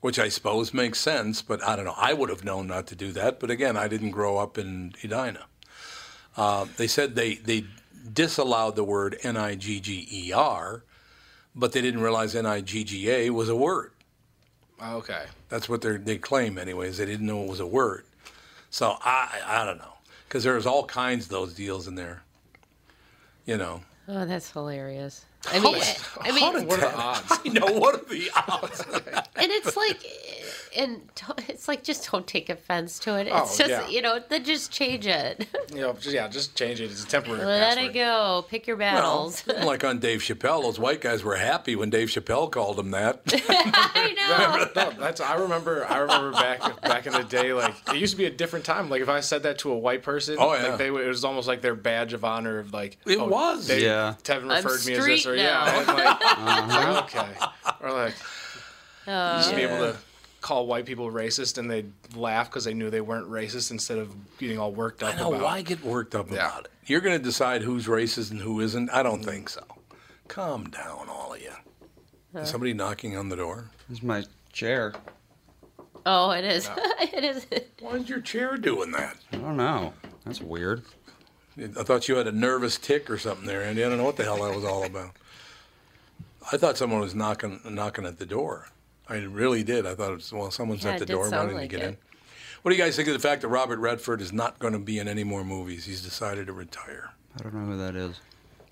which I suppose makes sense, but I don't know. I would have known not to do that, but again, I didn't grow up in Edina. Uh, they said they they disallowed the word N I G G E R, but they didn't realize N I G G A was a word.
Oh, okay.
That's what they they claim, anyways. They didn't know it was a word. So I I don't know because there's all kinds of those deals in there. You know.
Oh, that's hilarious. I mean, I mean,
What are the odds?
You know what are the odds?
and it's like eh, and to, it's like just don't take offense to it it's
Oh,
just
yeah.
you know then just change it
You know, just, yeah, just change it. It's a temporary
let
password.
it go pick your
Well,
battles
like on Dave Chappelle, those white guys were happy when Dave Chappelle called them that.
i know
No, that's I remember. I remember back back in the day, like it used to be a different time. Like if I said that to a white person,
Oh, yeah.
like they would, it was almost like their badge of honor of like
It
oh,
was.
They,
Yeah.
Tevin
I'm
referred me as
street
this, or
now.
yeah, I was like, I was like, okay, or like
Oh,
just be able to call white people racist and they'd laugh because they knew they weren't racist instead of getting all worked up
I know
about
why get worked up
Yeah.
about it. You're going to decide who's racist and who isn't. I don't think so. Calm down, all of you. Is somebody knocking on the door?
This is my chair.
oh it is it is
Why's your chair doing that?
I don't know. That's weird.
I thought you had a nervous tick or something there, Andy. I don't know what the hell that was all about. I thought someone was knocking knocking at the door. I really did. I thought it was well, someone's
Yeah,
at
it
the
did
door
sound
wanting
like
to get
it.
in. What do you guys think of the fact that Robert Redford is not going to be in any more movies? He's decided to retire.
I don't know who that is.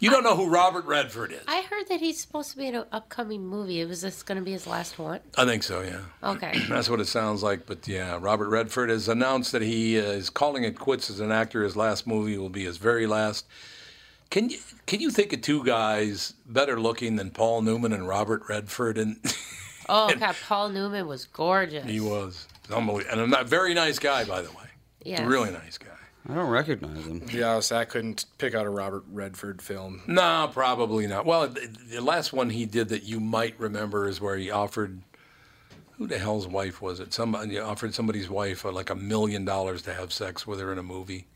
You don't know who Robert Redford is?
i heard that he's supposed to be in an upcoming movie was this going to be his last one
I think so. Yeah.
okay
That's what it sounds like. But yeah, Robert Redford has announced that he uh, is calling it quits as an actor. His last movie will be his very last. Can you can you think of two guys better looking than Paul Newman and Robert Redford? And
oh god paul newman was gorgeous
he was unbelievable, and a not- very nice guy, by the way.
Yes.
really nice guy.
I don't recognize him.
To be honest, I couldn't pick out a Robert Redford film.
No, probably not. Well, the, the last one he did that you might remember is where he offered who the hell's wife was it? Somebody he offered somebody's wife uh, like a million dollars to have sex with her in a movie.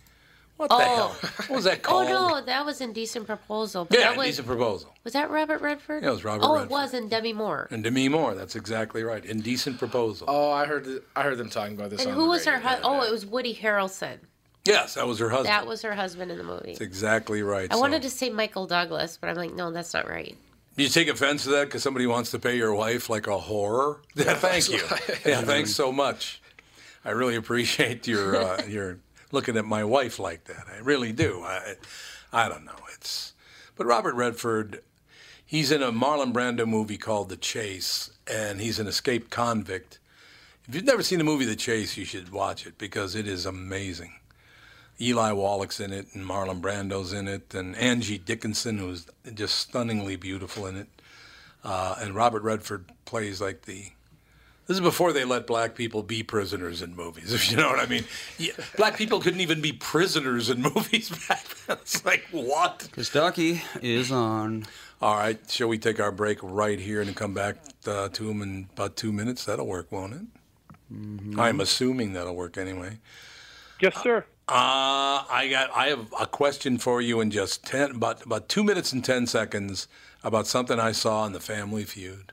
What the
Oh.
hell? What was that
Oh
called?
no, that was indecent proposal. But
Yeah,
that was,
indecent proposal.
was that Robert Redford?
Yeah, it was Robert
Oh,
Redford.
it was, and Demi Moore.
And Demi Moore, that's exactly right. Indecent proposal.
Oh, I heard th- I heard them talking about this.
And
on
who
the
was her?
radio.
Hu- oh, it was Woody Harrelson.
yes, that was her husband.
That was her husband in the movie.
That's exactly right.
I wanted to say Michael Douglas, but I'm like, no, that's not right.
You take offense to that because somebody wants to pay your wife like a whore? Yeah, thank you. Yeah, thanks so much. I really appreciate your uh, your looking at my wife like that. I really do. I I don't know. It's but Robert Redford, he's in a Marlon Brando movie called The Chase, and he's an escaped convict. If you've never seen the movie The Chase, you should watch it because it is amazing. Eli Wallach's in it, and Marlon Brando's in it, and Angie Dickinson, who's just stunningly beautiful in it. Uh, and Robert Redford plays like the. This is before they let black people be prisoners in movies, if you know what I mean. Yeah, black people couldn't even be prisoners in movies back then. It's like, what?
Because Ducky is on.
All right, shall we take our break right here and come back uh, to him in about two minutes? That'll work, won't it? I'm assuming that'll work anyway.
Yes, sir.
Uh, I got. I have a question for you in just ten, about about two minutes and ten seconds about something I saw in the Family Feud.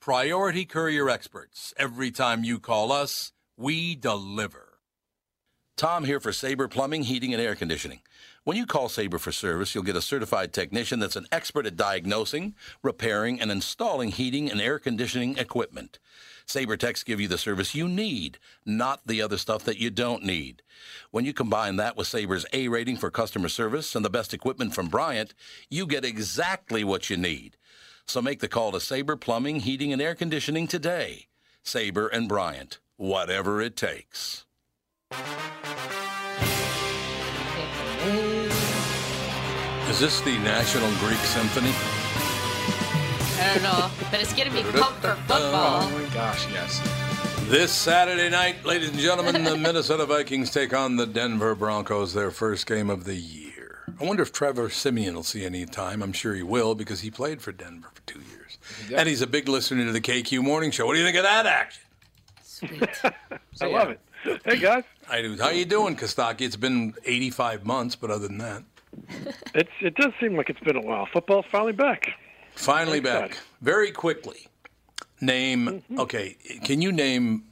Priority Courier Experts. Every time you call us, we deliver. Tom here for Sabre Plumbing, Heating, and Air Conditioning. When you call Sabre for service, you'll get a certified technician that's an expert at diagnosing, repairing, and installing heating and air conditioning equipment. Sabre Techs give you the service you need, not the other stuff that you don't need. When you combine that with Sabre's A rating for customer service and the best equipment from Bryant, you get exactly what you need. So make the call to Sabre Plumbing, Heating, and Air Conditioning today. Sabre and Bryant, whatever it takes.
Is this the National Greek Symphony?
I don't know, but it's getting me pumped for football.
Oh my gosh, yes.
This Saturday night, ladies and gentlemen, the Minnesota Vikings take on the Denver Broncos, their first game of the year. I wonder if Trevor Simeon will see any time. I'm sure he will because he played for Denver for two years. And he's a big listener to the KQ Morning Show. What do you think of that action?
Sweet.
I love it. Hey guys,
I do. How you doing, Kostaki? It's been 85 months, but other than that,
it's it does seem like it's been a while. Football's finally back.
finally
Thanks, Mm-hmm.
back. Very quickly, name, okay, can you name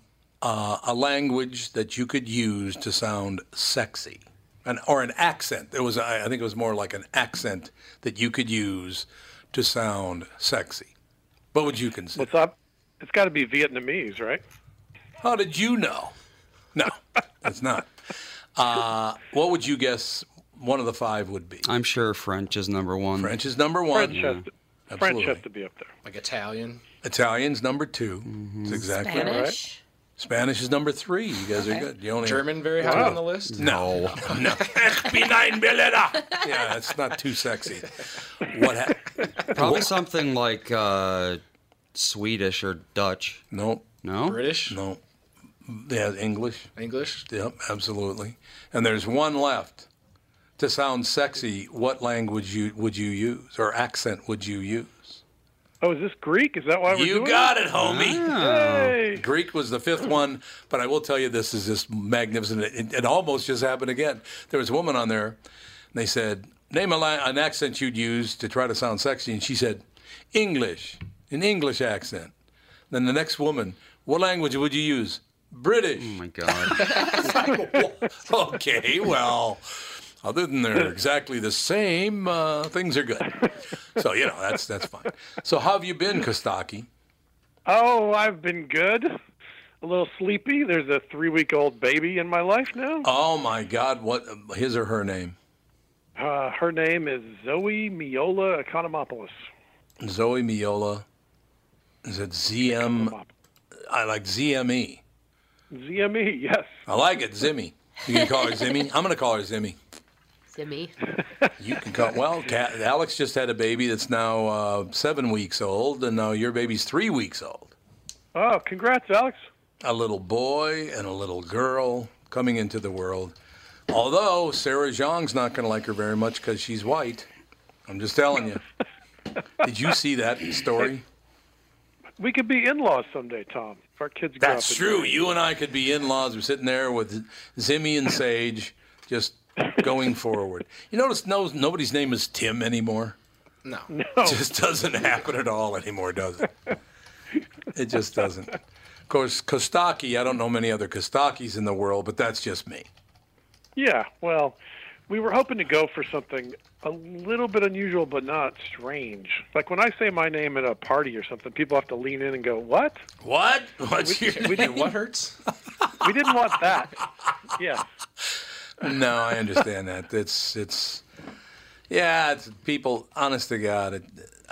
uh, a language that you could use to sound sexy? An, or an accent. It was, I I think it was more like an accent that you could use to sound sexy. What would you consider?
What's up? It's got to be Vietnamese, right?
How did you know? No, that's not. Uh, what would you guess one of the five would be?
I'm sure French is number one.
French is number one.
French, has to, French uh,
Absolutely.
has to be up there.
Like Italian.
Italian's number 2
Mm-hmm.
That's exactly right.
Spanish.
Spanish is number three. You guys are good. You only
German very high on the list.
No, no. Ich bin ein Berliner. Yeah, that's not too sexy. What? Ha-
Probably something like uh, Swedish or Dutch.
no,
No?
British,
no. Yeah, English.
English.
Yep, absolutely. And there's one left. To sound sexy, what language you would you use or accent would you use?
Oh, is this Greek? Is that why we're
You
doing
got it, homie.
Hey.
Greek was the fifth one, but I will tell you this is just magnificent. It, it almost just happened again. There was a woman on there, and they said, Name a li- an accent you'd use to try to sound sexy. And she said, English, an English accent. Then the next woman, What language would you use? British.
Oh my God.
okay, well, other than they're exactly the same, uh, things are good. So, you know, that's that's fine. So, how have you been, Kostaki?
Oh, I've been good. A little sleepy. There's a three-week-old baby in my life now.
Oh, my God, what his or her name?
Uh, her name is Zoe Miola Economopoulos.
Zoe Miola. Is it ZM? I like ZME.
ZME, E, yes.
I like it, Zimmy. You can call her Zimmy. I'm going to call her Zimmy.
Zimmy.
You can call. Well, Ca Alex just had a baby that's now uh, seven weeks old, and now your baby's three weeks old.
Oh, congrats, Alex.
A little boy and a little girl coming into the world. Although Sarah Zhang's not going to like her very much because she's white. I'm just telling you. Did you see that story?
We could be in-laws someday, Tom. If our kids grow
That's
up in-
true. You and I could be in-laws. We're sitting there with Zimmy and Sage, just going forward. You notice no nobody's name is Tim anymore.
No.
It just doesn't happen at all anymore, does it? It just doesn't. Of course, Kostaki. I don't know many other Kostakis in the world, but that's just me.
Yeah, well, we were hoping to go for something a little bit unusual, but not strange. Like when I say my name at a party or something, people have to lean in and go, "What?
What? What's your
We did what hurts?
We didn't want that." Yeah,
No, I understand that. It's it's Yeah, it's people. Honest to God, it,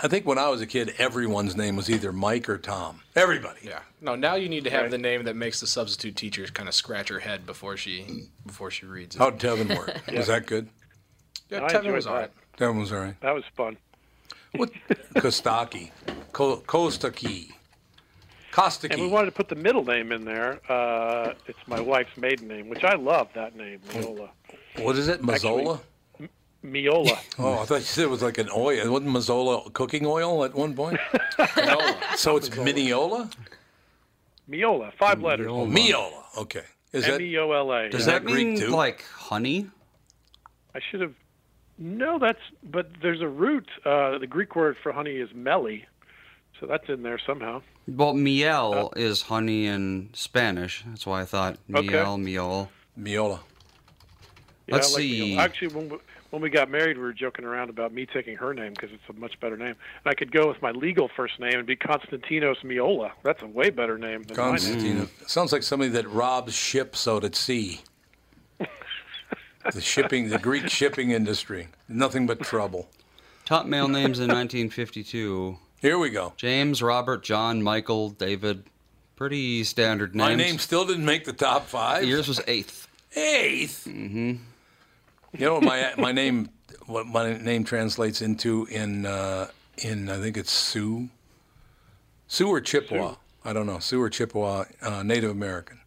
I think when I was a kid, everyone's name was either Mike or Tom. Everybody.
Yeah. No, now you need to have the name that makes the substitute teacher kind of scratch her head before she before she reads it.
How'd Tevin work? Was that good?
yeah,
Oh, I
Tevin
enjoyed
was all
that.
right.
Tevin was all right.
That was fun.
What? Kostaki. Ko- Kostaki. Kostaki.
And we wanted to put the middle name in there. Uh, it's my wife's maiden name, which I love that name,
Oh.
Miola.
what is it? Mazzola?
Miola.
Oh, I thought you said it was like an oil. Wasn't Mazzola cooking oil at one point? no. So it's Miniola?
Miola. Five letters.
Oh, Miola. Okay. Is that
M E O L A.
Does
Is
that,
that Greek
mean
too?
like honey?
I should have. No, that's. But there's a root. Uh, the Greek word for honey is meli, so that's in there somehow.
Well, miel is honey in Spanish. That's why I thought miel,
Okay.
miel.
Miola?
Yeah,
Let's
I like Miola.
see.
Actually, when we, when we got married, we were joking around about me taking her name because it's a much better name, and I could go with my legal first name and be Constantinos Miola. That's a way better name than my name.
Constantino. Sounds like somebody that robs ships out at sea. the shipping, the Greek shipping industry. Nothing but trouble.
Top male names in 1952:
Here we go.
James, Robert, John, Michael, David. Pretty standard names.
My name still didn't make the top five.
Yours was eighth.
8th Mm-hmm. You know what my my name what my name translates into in uh, in I think it's Sioux, Sioux or Chippewa. I don't know Sioux or Chippewa uh, Native American,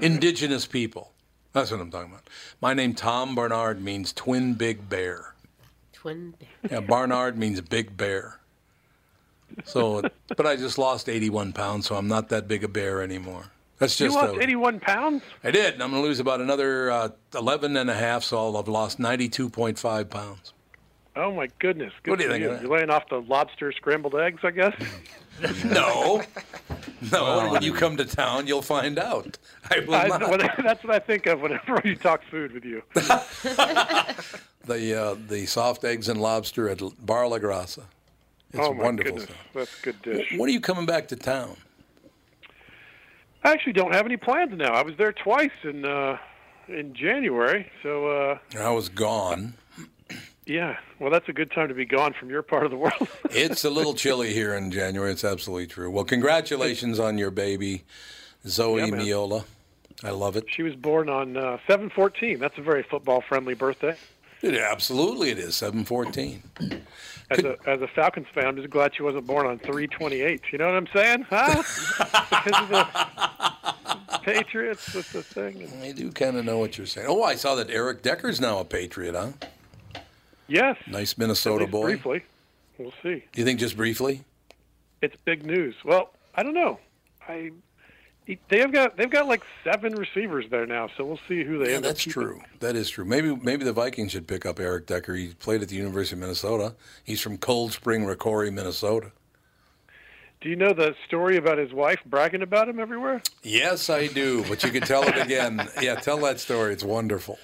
indigenous people. That's what I'm talking about. My name Tom Barnard means twin big bear.
Twin.
Yeah, Barnard means big bear. So, but I just lost 81 pounds, so I'm not that big a bear anymore. That's
You
just
lost
a,
81 pounds.
I did, and I'm going to lose about another uh, 11 and a half, so I'll have lost 92.5 pounds.
Oh my goodness! Good
What do you
for
think of that?
You're laying off the lobster scrambled eggs, I guess.
No. No,
Well,
when you come to town, you'll find out. I will
I,
not.
well, that's what I think of whenever you talk food with you.
The, uh, the soft eggs and lobster at Bar La Grassa. It's
oh my
wonderful
goodness,
stuff.
that's a good dish.
When are you coming back to town?
I actually don't have any plans now. I was there twice in uh, in January, so uh,
I was gone.
yeah. Well, that's a good time to be gone from your part of the world.
It's a little chilly here in January. It's absolutely true. Well, congratulations on your baby, Zoe
Yeah, man.
Miola. I love it.
she was born on uh, seven fourteen. That's a very football friendly birthday.
It absolutely it is 714.
As a as a Falcons fan, I'm just glad she wasn't born on three twenty eight. You know what I'm saying? Huh? because of the Patriots, that's the thing. And-
I do kind of know what you're saying. Oh, I saw that Eric Decker's now a Patriot, huh?
yes,
Nice
at
Minnesota
least
boy.
briefly. We'll see.
You think just briefly?
it's big news. Well, I don't know. I they've got they've got like seven receivers there now, so we'll see who they
Yeah,
end up
that's
keeping.
true. That is true. Maybe maybe the Vikings should pick up Eric Decker. He played at the University of Minnesota. He's from Cold Spring, Ricori, Minnesota.
Do you know the story about his wife bragging about him everywhere?
Yes, I do. But you can tell it again. yeah, tell that story. It's wonderful.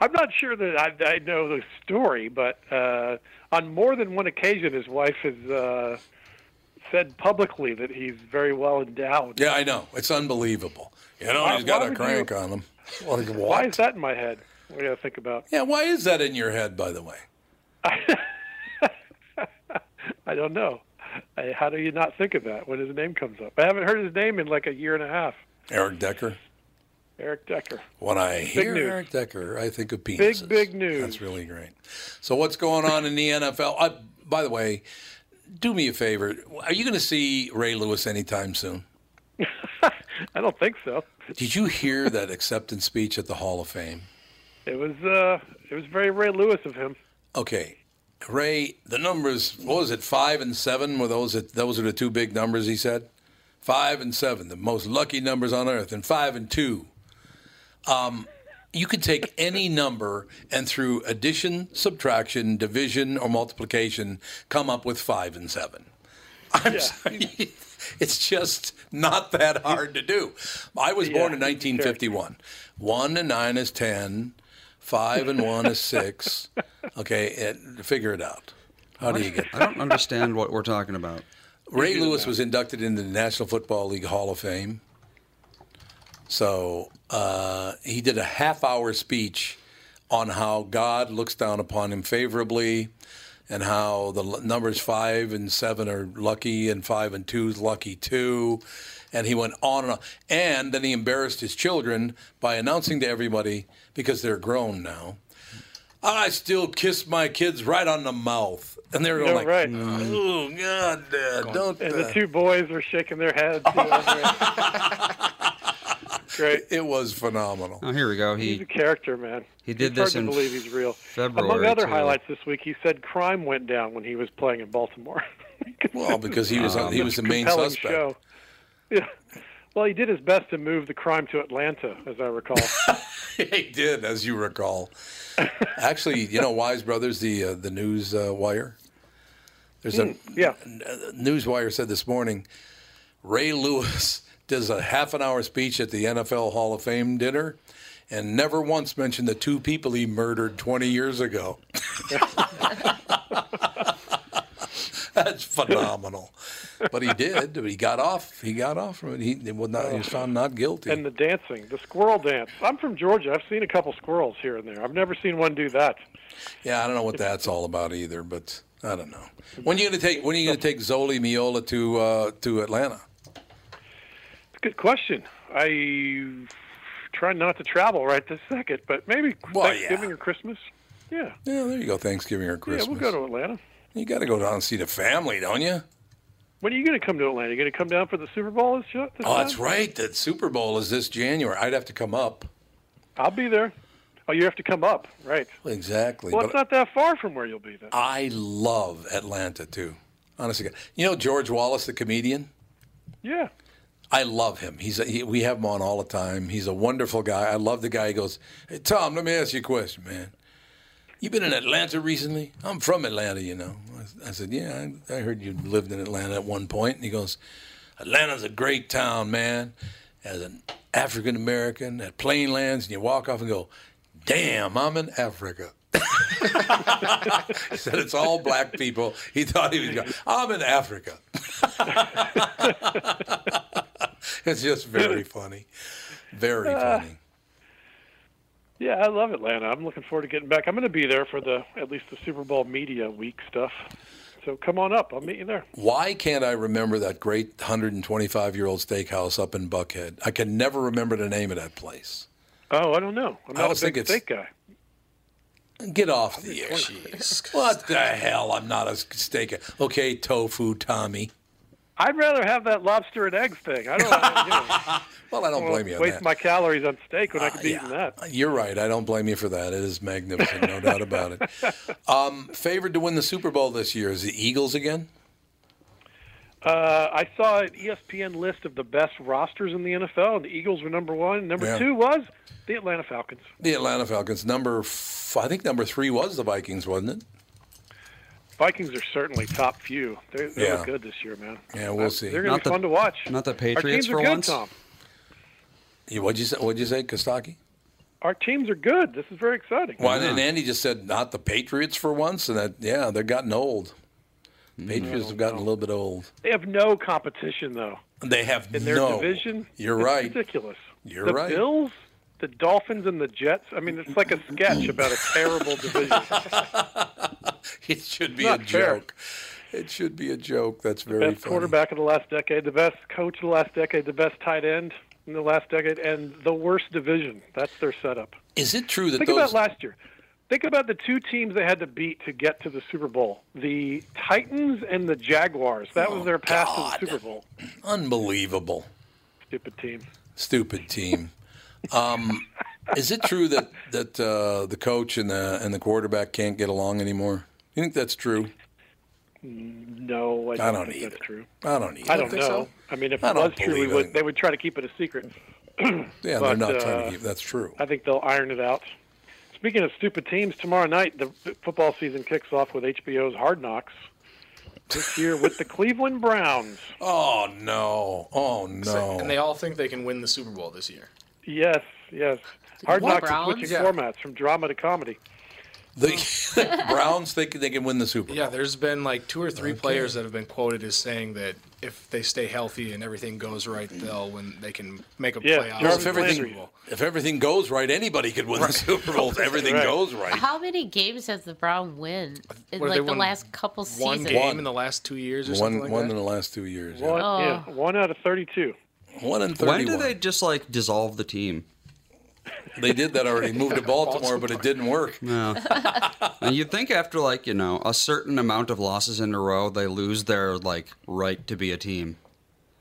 I'm not sure that I, I know the story, but uh, on more than one occasion, his wife has uh, said publicly that he's very well endowed.
Yeah, I know. It's unbelievable. You know,
Why-
he's got
why
a
would
crank on him. Well, like, what?
Why is that in my head? What do I think about?
Yeah, why is that in your head, by the way?
I don't know. I, how do you not think of that when his name comes up? I haven't heard his name in like a year and a half.
Eric Decker.
Eric Decker.
When I hear
news.
Eric Decker, I think of penises.
big news.
That's really great. So what's going on in the NFL? I, by the way, do me a favor. Are you going to see Ray Lewis anytime soon?
I don't think so.
Did you hear that acceptance speech at the Hall of Fame?
It was uh, it was very Ray Lewis of him.
Okay, Ray, the numbers. What was it? Five and seven were those. That, those are the two big numbers. He said, five and seven, the most lucky numbers on earth, and five and two. Um, you could take any number and through addition, subtraction, division, or multiplication, come up with five and seven. I'm sorry. It's just not that hard to do. I was born in 1951. One and nine is 10. Five and one is six. Okay, it, figure it out. How do you get
I don't understand what we're talking about.
Ray Lewis was inducted into the National Football League Hall of Fame. So uh, he did a half hour speech on how God looks down upon him favorably and how the l- numbers five and seven are lucky and five and two is lucky too. And he went on and on. And then he embarrassed his children by announcing to everybody, because they're grown now, I still kiss my kids right on the mouth. And they were going
Yeah,
like,
right.
oh, God, Dad, don't.
And
uh,
the two boys are shaking their heads. you know, Great.
It was phenomenal.
Oh, here we go.
He's a
He
character, man.
he did
it's
this
hard
in
to believe he's real.
February.
Among other
too.
highlights this week, he said crime went down when he was playing in Baltimore.
Well, because he was he was the main
Compelling
suspect.
show. Yeah. Well, he did his best to move the crime to Atlanta, as I recall.
he did, as you recall. Actually, you know, Wise Brothers, the uh, the news uh, wire. There's
Hmm.
a
yeah.
news wire said this morning. Ray Lewis does a half an hour speech at the NFL Hall of Fame dinner, and never once mentioned the two people he murdered 20 years ago. That's phenomenal, but he did. He got off. He got off from it. He, he was not. He was found not guilty.
And the dancing, the squirrel dance. I'm from Georgia. I've seen a couple squirrels here and there. I've never seen one do that.
Yeah, I don't know what that's all about either, but I don't know. When are you gonna take when are you gonna take Zoli Miola to uh, to Atlanta?
It's a good question. I try not to travel right this second, but maybe
Well,
Thanksgiving
yeah.
or Christmas. Yeah.
Yeah, there you go. Thanksgiving or Christmas.
Yeah, we'll go to Atlanta.
you got to go down and see the family, don't you?
When are you going to come to Atlanta? You going to come down for the Super Bowl this show? This
Oh, that's
time?
right. The Super Bowl is this January. I'd have to come up.
I'll be there. Oh, you have to come up, right?
Exactly.
Well,
but
it's not that far from where you'll be then.
I love Atlanta too. Honestly, you know George Wallace, the comedian.
Yeah.
I love him. He's a, he, we have him on all the time. He's a wonderful guy. I love the guy. He goes, "Hey Tom, let me ask you a question, man. You been in Atlanta recently? I'm from Atlanta, you know." I, I said, "Yeah, I, I heard you lived in Atlanta at one point." And he goes, "Atlanta's a great town, man. As an African American at Plain Lands, and you walk off and go, "Damn, I'm in Africa." he said it's all black people. He thought he was going, "I'm in Africa." It's just very funny. Very
Ah.
funny.
Yeah, I love Atlanta. I'm looking forward to getting back. I'm going to be there for the at least the Super Bowl media week stuff. So come on up. I'll meet you there.
Why can't I remember that great 125 year old steakhouse up in Buckhead? I can never remember the name of that place.
Oh, I don't know. I'm
I
not a
always think
big
it's-
steak guy.
Get off the air. What the hell? I'm not a steak. Okay, tofu, Tommy.
I'd rather have that lobster and eggs thing. I don't wanna,
Well, I don't
you know,
blame you on
waste
that. Ah,
my calories on steak when I could be eating
Yeah,
that.
You're right. I don't blame you for that. It is magnificent, no doubt about it. Um, favored to win the Super Bowl this year is the Eagles again.
Uh, I saw an ESPN list of the best rosters in the NFL, and the Eagles were number one. Number
Yeah.
two was the Atlanta Falcons.
The Atlanta Falcons. Number, f- I think number three was the Vikings, wasn't it?
Vikings are certainly top few. They, they
Yeah.
look good this year, man.
Yeah, we'll see.
Uh, They're going
Not
to be
the-
fun to watch.
not the
Our teams
Patriots
are
for
good,
once?
Tom.
Yeah, What'd you say? What'd you say, Kostaki?
Our teams are good. This is very exciting.
Well, and Andy just said not the Patriots for once, and that yeah, they've gotten old. Patriots have gotten a little bit old.
They have no competition though
They have
in their
no.
division.
You're
it's
right.
Ridiculous.
You're
the
right.
Bills, the Dolphins, and the Jets. I mean, it's like a sketch about a terrible division.
It should be
Not
a
fair.
joke. It should be a joke. That's very
best
funny.
quarterback of the last decade, the best coach of the last decade, the best tight end in the last decade, and the worst division. That's their setup.
Is it true that
Think
those?
about last year. Think about the two teams they had to beat to get to the Super Bowl: the Titans and the Jaguars. That
Oh,
was their path to the Super Bowl.
unbelievable,
Stupid team.
stupid team. um, is it true that that uh, the coach and the and the quarterback can't get along anymore? You think that's true?
No, I don't,
don't
think
either.
that's true.
I don't either.
I don't know.
think so.
I mean, if
I
it
don't
was true, we
believe
would,
it.
they would try to keep it a secret.
Yeah,
But,
they're not trying
uh,
to keep. That's true.
I think they'll iron it out. Speaking of stupid teams, tomorrow night the f- football season kicks off with HBO's Hard Knocks. This year with the Cleveland Browns.
Oh no! Oh no!
And they all think they can win the Super Bowl this year.
Yes, yes. Hard
What,
Knocks is
Browns?
switching
Yeah.
formats from drama to comedy.
The Browns think they can win the Super Bowl.
Yeah, there's been like two or three players that have been quoted as saying that if they stay healthy and everything goes right, they'll when they can make a
Yeah,
playoff.
Jarvis
Super
If everything,
Bowl.
if everything goes right, anybody could win the Super Bowl if everything
Right.
goes right.
How many games has the Brown win in
What, they
like the
won
last couple
one
seasons?
game
One.
in the last two years or
One,
something like
one
that.
in the last two years. yeah.
One,
One,
Oh.
yeah, one out of 32.
in
When
thirty-one.
do they just like dissolve the team?
They did that already. Moved to Baltimore, but it didn't work.
And you'd think after like you know a certain amount of losses in a row, they lose their like right to be a team.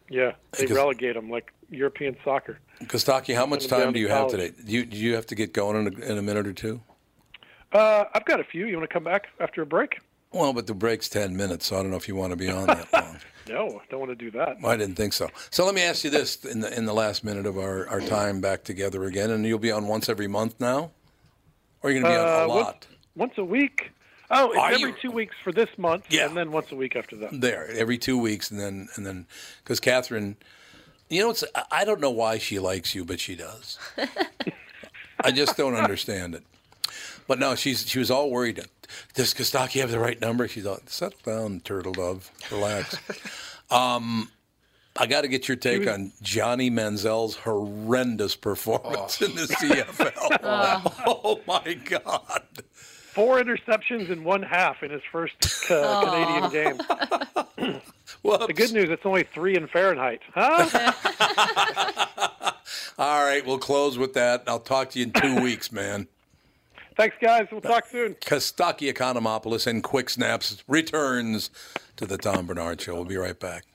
Yeah, they
Because-
relegate them like European soccer.
Kostaki, how much
Gonna be
time
on
do
the
you have today?
college.
Do you, do you have to get going in a, in a minute or two?
Uh, I've got a few. You want to come back after a break?
Well, but the break's 10 minutes, so I don't know if you want to be on that long.
No, don't want to do that.
I didn't think so. So let me ask you this in the, in the last minute of our, our time back together again, and you'll be on once every month now? Or are you going to be on
Uh,
a
once-
lot?
Once, a week. Oh, it's
Are
every
you-
two weeks for this month,
Yeah.
and then once a week after that.
there every two weeks, and then and then because Catherine, you know, it's I- I don't know why she likes you, but she does. I just don't understand it. But no, she's she was all worried. Does Kostaki have the right number? She's all settle down, turtle dove, relax. um, I got to get your take on Johnny Manziel's horrendous performance in the CFL. oh my God!
Four interceptions in one half in his first uh, Canadian game. The
Whoops.
good news, it's only three in Fahrenheit. Huh?
All right, we'll close with that. I'll talk to you in two weeks, man.
Thanks, guys. We'll talk soon.
Kostaki Economopoulos and Quick Snaps returns to the Tom Bernard Show. We'll be right back.